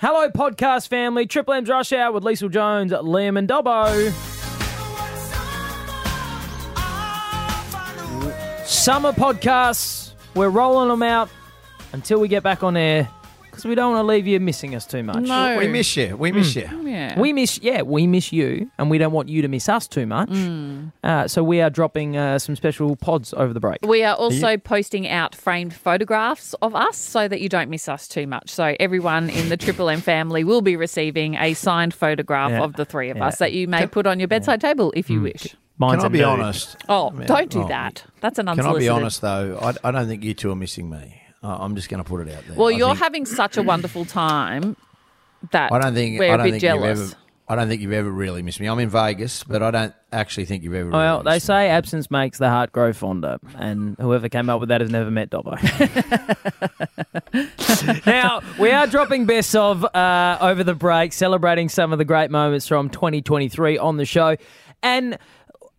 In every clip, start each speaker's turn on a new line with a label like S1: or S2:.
S1: Hello, podcast family. Triple M's Rush Hour with Liesl Jones, Liam, and Dobbo. Summer podcasts. We're rolling them out until we get back on air because we don't want to leave you missing us too much.
S2: No.
S3: We miss you. We miss you.
S2: Hmm. Oh, Yeah.
S1: We miss, yeah, we miss you, and we don't want you to miss us too much. Uh, so we are dropping uh, some special pods over the break.
S2: We are also posting out framed photographs of us so that you don't miss us too much. So everyone in the Triple M family will be receiving a signed photograph
S1: Yeah.
S2: of the three of
S1: Yeah.
S2: us that you may put on your bedside table if you wish.
S1: Mine's
S3: Can I
S1: a
S3: be
S1: nude.
S3: honest?
S2: Oh,
S3: Man,
S2: don't do
S3: Mm. oh,
S2: that. That's an
S3: Can I
S2: unsolicited.
S3: be honest though? I, I don't think you two are missing me. I, I'm just going to put it out there.
S2: Well,
S3: I
S2: you're
S3: think-
S2: having such a wonderful time that
S3: I don't think.
S2: we're
S3: I
S2: a
S3: don't
S2: bit
S3: think
S2: jealous.
S3: You've ever, I don't think you've ever really missed me. I'm in Vegas, but I don't actually think you've ever. Really
S1: Well, they
S3: missed me.
S1: say absence makes the heart grow fonder, and whoever came up with that has never met Dobbo. now, we are dropping best of uh, over the break, celebrating some of the great moments from 2023 on the show. And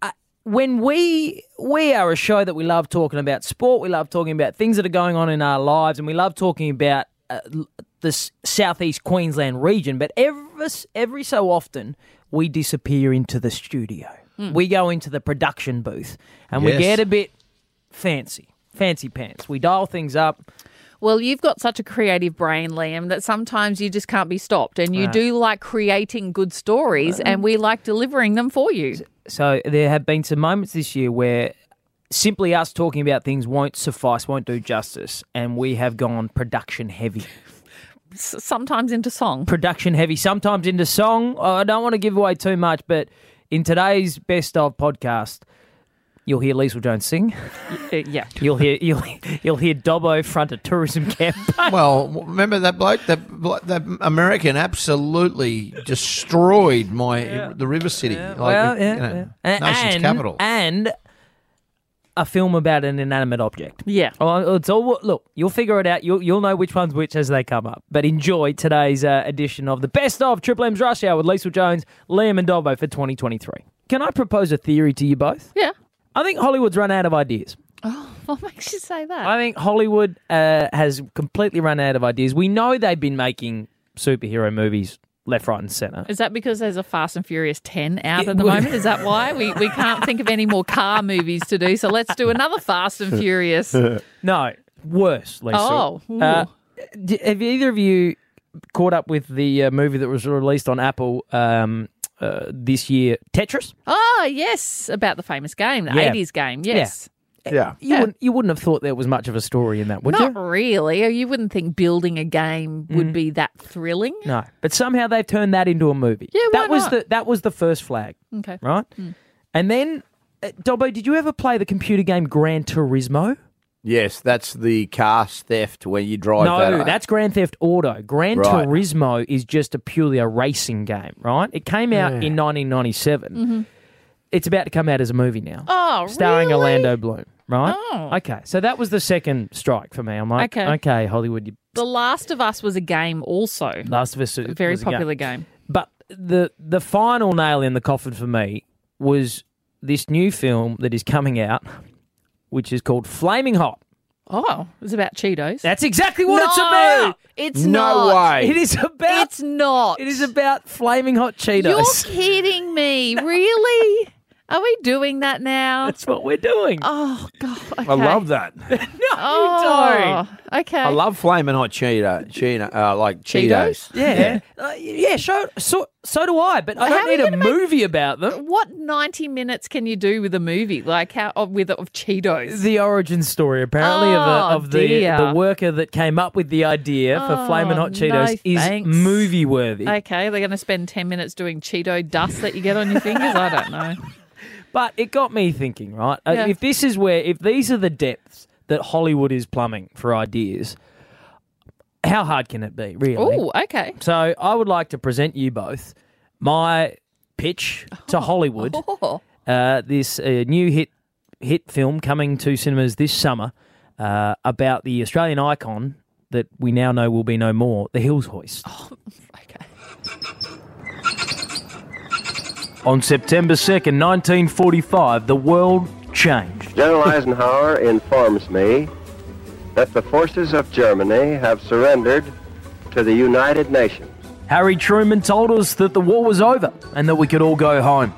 S1: uh, when we we are a show that we love talking about sport, we love talking about things that are going on in our lives, and we love talking about uh, l- the s- southeast Queensland region. But every s- every so often, we disappear into the studio. We go into the production booth, and we
S3: Yes.
S1: get a bit fancy, fancy pants. We dial things up.
S2: Well, you've got such a creative brain, Liam, that sometimes you just can't be stopped. And you do like creating good stories, and we like delivering them for you.
S1: So there have been some moments this year where simply us talking about things won't suffice, won't do justice, and we have gone production heavy.
S2: S- Sometimes into song.
S1: Production heavy, sometimes into song. Oh, I don't want to give away too much, but in today's best of podcast, you'll hear Liesl Jones sing.
S2: Uh, yeah.
S1: You'll hear you'll you'll hear Dobbo front a tourism campaign.
S3: Well, w- remember that bloke? That, blo- that American absolutely destroyed my the River City, like
S1: well, yeah,
S3: you know,
S1: yeah.
S3: nation's
S1: and,
S3: capital.
S1: and a film about an inanimate object.
S2: Yeah.
S1: Oh, it's all look. You'll figure it out. You'll you'll know which one's which as they come up. But enjoy today's uh, edition of the best of Triple M's Rush Hour with Liesl Jones, Liam, and Dobbo for 2023. Can I propose a theory to you both?
S2: Yeah.
S1: I think Hollywood's run out of ideas.
S2: What makes you say that?
S1: I think Hollywood uh, has completely run out of ideas. We know they've been making superhero movies left, right, and centre.
S2: Is that because there's a Fast and Furious 10 out at the moment? Is that why? We, we can't think of any more car movies to do, so let's do another Fast and Furious.
S1: No, worse, Lisa.
S2: Oh, ooh.
S1: Uh, d- have either of you caught up with the uh, movie that was released on Apple um, uh, this year, Tetris?
S2: Oh, yes, about the famous game, the
S1: Yeah.
S2: 80s game. Yes.
S4: Yeah.
S1: You, wouldn't, you wouldn't have thought there was much of a story in that, would
S2: Not
S1: you?
S2: really. You wouldn't think building a game would be that thrilling.
S1: Mm. No, but somehow they've turned that into a movie.
S2: Yeah, why
S1: that was
S2: not?
S1: the that was the first flag,
S2: Okay.
S1: right? And then, uh, Dobbo, did you ever play the computer game Gran Turismo?
S4: Yes, that's the car theft where you drive that.
S1: no, that's Grand Theft Auto. Gran
S4: Right.
S1: Turismo is just a purely a racing game, right? It came out in 1997. It's about to come out as a movie now,
S2: Mm-hmm. Oh,
S1: starring
S2: really?
S1: Orlando Bloom, right?
S2: Oh.
S1: Okay, so that was the second strike for me. I'm like, okay,
S2: Okay.
S1: Hollywood, you
S2: The Last of Us was a game also.
S1: Last of Us,
S2: A very
S1: was a game.
S2: popular game.
S1: But the the final nail in the coffin for me was this new film that is coming out, which is called Flaming Hot.
S2: Oh, it was about Cheetos.
S1: That's exactly what it's
S2: No,
S1: about.
S2: It's
S4: no
S2: not.
S4: way.
S1: It is about
S2: It's not.
S1: it is about flaming hot
S2: You're
S1: Cheetos.
S2: kidding me. Really? Are we doing that now?
S1: That's what we're doing.
S2: Oh, God. Okay.
S4: I love that.
S2: Oh, okay.
S4: I love flaming hot Cheeto, Cheeto uh, like Cheetos.
S1: yeah, Uh, yeah. So, so so do I. But I
S2: How
S1: don't
S2: are we
S1: need a
S2: gonna make-
S1: movie about them.
S2: What 90 minutes can you do with a movie? Like, how, of, with, of Cheetos?
S1: the origin story apparently
S2: Oh,
S1: of, a, of the,
S2: dear. Oh,
S1: the worker that came up with the idea for flaming hot
S2: no
S1: cheetos is
S2: thanks.
S1: movie worthy
S2: Okay, they're going to spend 10 minutes doing Cheeto dust that you get on your fingers? I don't know.
S1: but it got me thinking right Uh,
S2: Yeah.
S1: if this is where if these are the depths that hollywood is plumbing for ideas how hard can it be really
S2: Oh, okay.
S1: so i would like to present you both my pitch to hollywood
S2: Oh,
S1: uh, this uh, new hit hit film coming to cinemas this summer uh, about the Australian icon that we now know will be no more, The Hills Hoist.
S2: okay.
S1: On September 2nd, 1945, the world changed.
S5: General Eisenhower informs me that the forces of Germany have surrendered to the United Nations.
S1: Harry Truman told us that the war was over and that we could all go home.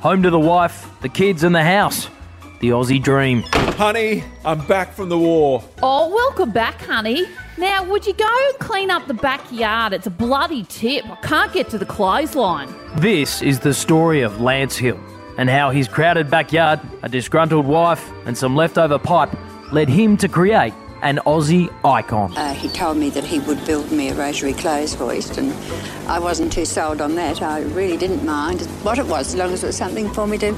S1: Home to the wife, the kids, and the house. The Aussie dream.
S6: Honey, I'm back from the war.
S7: Oh, welcome back, honey. Now, would you go and clean up the backyard? It's a bloody tip. I can't get to the clothesline.
S1: This is the story of Lance Hill and how his crowded backyard, a disgruntled wife, and some leftover pipe led him to create an Aussie icon.
S8: Uh, he told me that he would build me a rosary clothes hoist, and I wasn't too sold on that. I really didn't mind what it was, as long as it was something for me to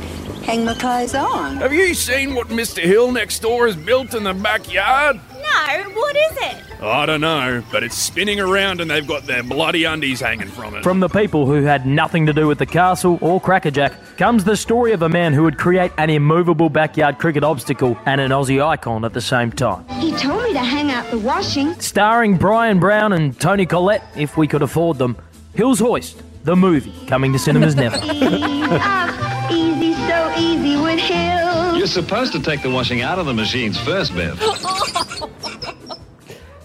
S8: hang my clothes on.
S9: Have you seen what Mr. Hill next door has built in the backyard?
S10: No, what is it?
S9: I don't know, but it's spinning around and they've got their bloody undies hanging from it.
S1: From the people who had nothing to do with the castle or Crackerjack comes the story of a man who would create an immovable backyard cricket obstacle and an Aussie icon at the same time.
S10: He told me to hang out the washing.
S1: Starring Brian Brown and Tony Collette, if we could afford them. Hill's Hoist, the movie, coming to cinemas now.
S10: Ah, easy, so easy with hills.
S11: You're supposed to take the washing out of the machines first, Bev.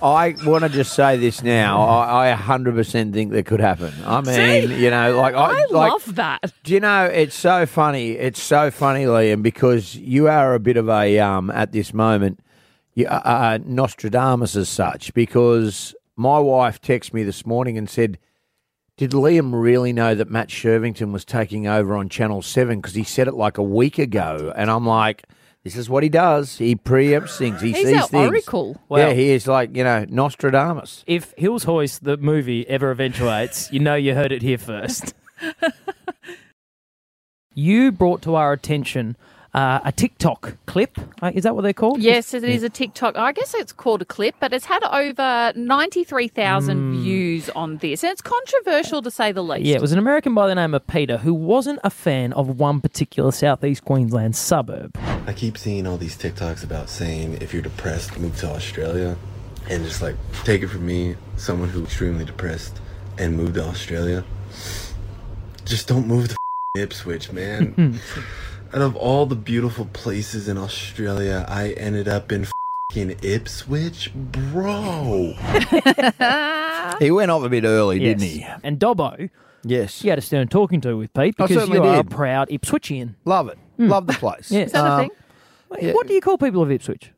S4: I want to just say this now. I, I 100% think that could happen. I mean, you know, like I,
S2: I
S4: like,
S2: love that.
S4: Do you know? It's so funny. It's so funny, Liam, because you are a bit of a um at this moment, you are uh, Nostradamus as such. Because my wife texted me this morning and said, "Did Liam really know that Matt Shervington was taking over on Channel Seven? Because he said it like a week ago." And I'm like. This is what he does. He preempts things. He
S2: He's
S4: sees
S2: our
S4: things.
S2: oracle.
S1: Wow.
S4: yeah, he is like you know Nostradamus.
S1: If Hill's Hoist, the movie, ever eventuates, you know you heard it here first. you brought to our attention uh, a TikTok clip. Uh, is that what they're called?
S2: Yes, it is a TikTok. I guess it's called a clip, but it's had over 93,000
S4: Mm.
S2: views on this. And it's controversial to say the least.
S1: Yeah, it was an American by the name of Peter who wasn't a fan of one particular southeast Queensland suburb.
S12: I keep seeing all these TikToks about saying if you're depressed, move to Australia. And just like, take it from me, someone who's extremely depressed and moved to Australia. Just don't move to Ipswich, man. Out of all the beautiful places in Australia, I ended up in fing Ipswich? Bro.
S2: Ah.
S4: He went off a bit early, didn't
S1: Yes.
S4: he?
S1: And Dobbo,
S4: Yes.
S1: you had a stern talking to with Pete
S4: I
S1: because you
S4: certainly
S1: are a
S4: did.
S1: proud Ipswichian.
S4: Love it.
S2: Hmm.
S4: Love the place.
S1: Yeah. Is that
S2: Another
S4: Um,
S2: thing.
S1: What do you call people of Ipswich?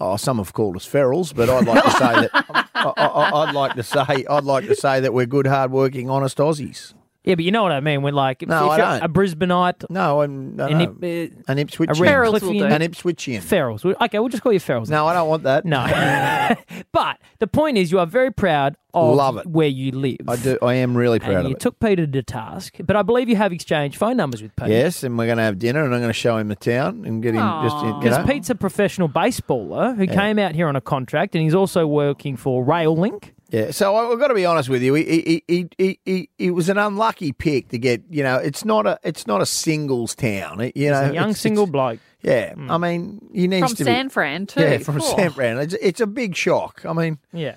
S4: Oh, some have called us ferals, but I'd like to say that I, I, I'd like to say I'd like to say that we're good, hard-working, honest Aussies.
S1: Yeah, but you know what I mean. When like if-
S4: No,
S1: if
S4: I
S1: you're
S4: don't.
S1: a Brisbaneite,
S4: No, I'm no,
S1: an,
S4: no.
S1: Ip- uh,
S4: an
S1: a
S4: Ipswichian.
S1: Red
S2: Ferals will do.
S1: Cliffian,
S4: An Ipswichian.
S1: ferals. We- Okay, we'll just call you ferals.
S4: no, I don't want that.
S1: No. but the point is, you are very proud of
S4: Love it.
S1: where you live.
S4: I do. I am really
S1: And
S4: proud of
S1: you
S4: it.
S1: took Peter to task, but I believe you have exchanged phone numbers with Peter.
S4: yes, and we're going to have dinner, and I'm going to show him the town and get him just. in- You
S1: Because
S4: know,
S1: Pete's a professional baseballer who came out here on a contract, and he's also working for RailLink.
S4: Yeah, so I- I've got to be honest with you. He he, he, he, he he was an unlucky pick to get. You know, it's not a it's not a singles town. It, you know,
S1: a young
S4: Uh, it's-
S1: single Hmm.
S4: it's-
S1: bloke.
S4: Yeah, I mean, he needs
S2: From
S4: to
S2: San
S4: be,
S2: Fran, too.
S4: Yeah, from
S1: Oh.
S2: Cool.
S4: San Fran. It's, it's a big shock. I mean,
S1: Yeah.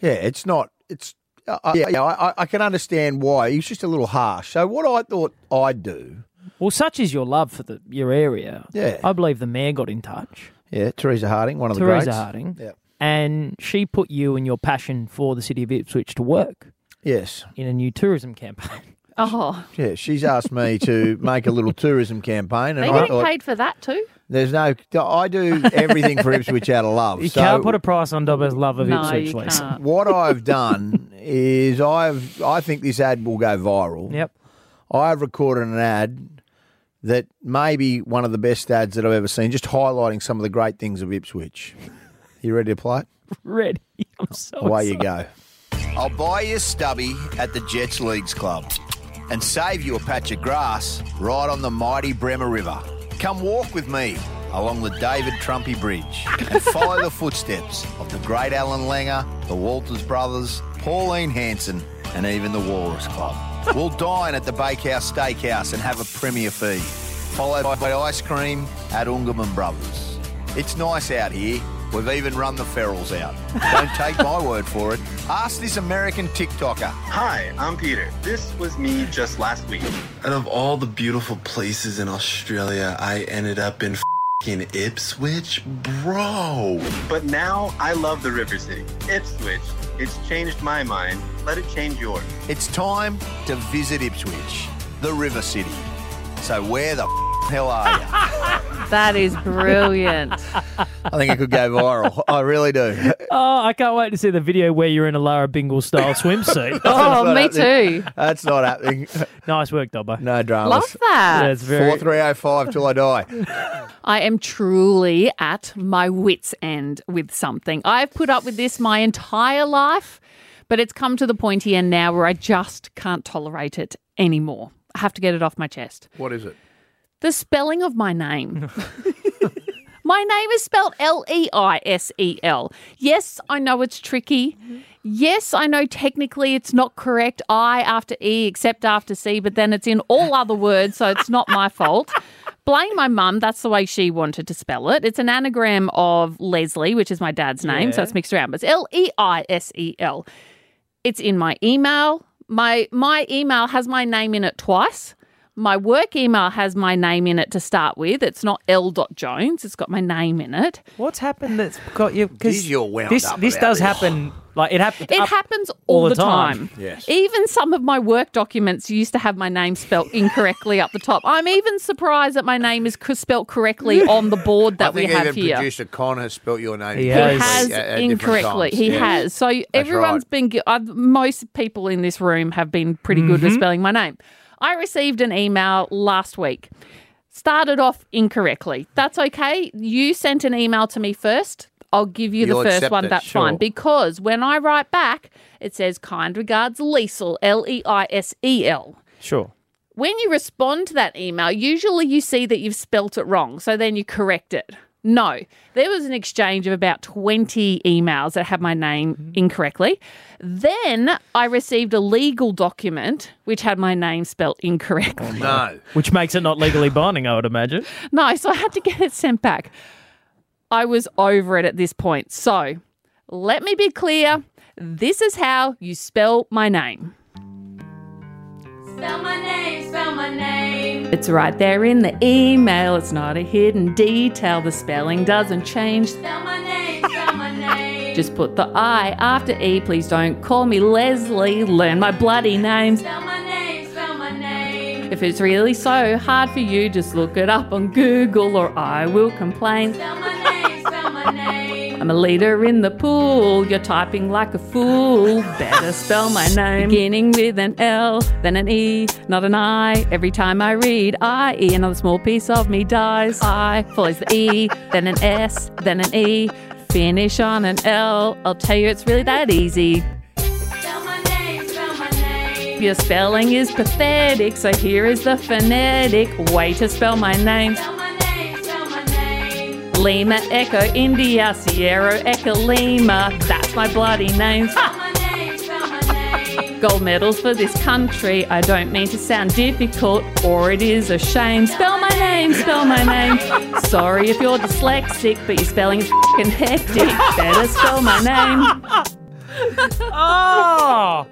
S4: yeah, it's not. It's I I- yeah, I, I- I can understand why he was just a little harsh. So what I thought I'd do.
S1: Well, such is your love for the, your area.
S4: Yeah.
S1: I believe the mayor got in touch,
S4: Yeah, Teresa Harding, one of the
S1: Teresa
S4: greats.
S1: Harding,
S4: Yeah.
S1: and she put you and your passion for the city of Ipswich to work
S4: Yes,
S1: in a new tourism campaign.
S2: Oh,
S4: yeah, she's asked me to make a little tourism campaign, and
S2: they
S4: I
S2: getting
S4: thought
S2: paid for that, too.
S4: there's no. I do everything for Ipswich out of love.
S1: You
S4: so
S1: can't put a price on Dobbo's love of
S2: No,
S1: Ipswich,
S2: you
S1: Lisa.
S2: can't.
S4: what I've done is I've I think this ad will go viral.
S1: Yep.
S4: I've recorded an ad that may be one of the best ads that I've ever seen, just highlighting some of the great things of Ipswich. You ready to play it?
S1: Ready. I'm so
S4: Away
S1: excited.
S4: you go. I'll buy you a stubby at the Jets Leagues Club and save you a patch of grass right on the mighty Bremer River. Come walk with me along the David Trumpy Bridge and follow the footsteps of the great Alan Langer, the Walters brothers, Pauline Hanson, and even the Walrus Club. We'll dine at the Bakehouse Steakhouse and have a premier feed, followed by ice cream at Ungerman Brothers. It's nice out here. We've even run the ferals out. Don't take my word for it. Ask this American TikToker.
S5: Hi, I'm Peter. This was me just last week.
S12: Out of all the beautiful places in Australia, I ended up in in Ipswich, bro.
S5: But now I love the River City. Ipswich. It's changed my mind. Let it change yours.
S4: It's time to visit Ipswich, the River City. So where the hell are you?
S2: That is brilliant.
S4: I think it could go viral. I really do.
S1: Oh, I can't wait to see the video where you're in a Lara Bingle style swimsuit.
S2: Oh, me too.
S4: That's not happening.
S1: nice work, Dobbo.
S4: No dramas.
S2: Love that.
S1: That's very-
S4: 4305 till I die.
S2: I am truly at my wits' end with something. I've put up with this my entire life, but it's come to the pointy end now where I just can't tolerate it anymore. I have to get it off my chest.
S3: What is it?
S2: The spelling of my name. my name is spelled L E I S E L. Yes, I know it's tricky. Yes, I know technically it's not correct. I after E, except after C, but then it's in all other words, so it's not my fault. Blame my mum. That's the way she wanted to spell it. It's an anagram of Leslie, which is my dad's name, so
S13: Yeah.
S2: it's mixed around. But it's L E I S E L. It's in my email. My my email has my name in it twice. My work email has my name in it to start with. It's not L. Jones. It's got my name in it.
S1: What's happened that's got you? Because
S2: Geez, you're wound
S1: this
S2: up
S1: this
S2: about
S1: does
S2: this.
S1: happen. Like it happens.
S2: It
S1: up-
S2: happens all, the time.
S1: Yes.
S2: Even some of my work documents used to have my name spelt incorrectly up the top. I'm even surprised that my name is co- spelt correctly on the board that
S3: I think
S2: we have
S3: even
S2: here.
S3: producer Con has spelt your name.
S1: He
S2: He
S1: Yes.
S2: has
S3: At- at different
S2: incorrectly.
S3: times.
S2: He
S3: Yeah.
S2: has. So everyone's been. gi- I've, most people in this room have been pretty good
S13: Mm-hmm.
S2: with
S1: Mhm.
S2: spelling my name. I received an email last week. Started off incorrectly. That's okay. You sent an email to me first. I'll give you
S13: You'll
S2: the first
S13: accept
S2: one.
S13: it,
S2: That's
S13: sure.
S2: fine. Because when I write back, it says kind regards Liesel, L E I S E L.
S1: Sure.
S2: When you respond to that email, usually you see that you've spelt it wrong, so then you correct it. No, there was an exchange of about 20 emails that had my name incorrectly. Then I received a legal document which had my name spelt incorrectly.
S1: No. Which makes it not legally binding, I would imagine.
S2: No, so I had to get it sent back. I was over it at this point. So let me be clear this is how you spell my name.
S10: Spell my name, spell my name.
S2: It's right there in the email. It's not a hidden detail. The spelling doesn't change.
S10: Spell my name, spell my name.
S2: Just put the I after E. Please don't call me Leslie. Learn my bloody name.
S10: Spell my name, spell my name.
S2: If it's really so hard for you, just look it up on Google or I will complain.
S10: Spell my name, spell my name.
S2: I'm a leader in the pool. You're typing like a fool. Better spell my name. Beginning with an L, then an E, not an I. Every time I read I, E, another small piece of me dies. I follows the E, then an S, then an E. Finish on an L. I'll tell you, it's really that easy.
S10: Spell my name, spell my name.
S2: Your spelling is pathetic, so here is the phonetic way to spell my name.
S10: Spell my name, spell my name.
S2: Lima, Echo, India, Sierra, Echo, Lima. That's my bloody name.
S10: Spell my name, spell my name.
S2: Gold medals for this country. I don't mean to sound difficult, or it is a shame. Spell my name, spell my name. Sorry if you're dyslexic, but your spelling is fing hectic. Better spell my name.
S1: Oh.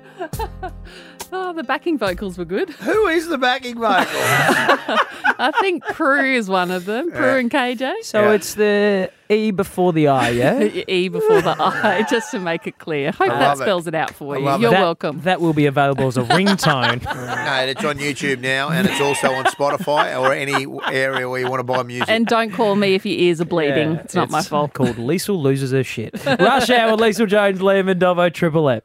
S2: Oh, the backing vocals were good.
S3: Who is the backing vocal?
S2: I think Prue is one of them. Prue and KJ.
S1: So it's the E before the I, yeah?
S2: E before the I, just to make it clear. Hope
S1: I
S2: that
S1: love it.
S2: spells it. out for
S1: I
S2: you.
S1: love it.
S2: You're
S1: That-
S2: welcome.
S1: That will be available as a ringtone.
S3: no, it's on YouTube now, and it's also on Spotify or any area where you want to buy music.
S2: And don't call me if your ears are bleeding. it's not my fault.
S1: Called Liesel Loses Her Shit. Rush Hour, Liesel Jones, Liam and Dovo, Triple M.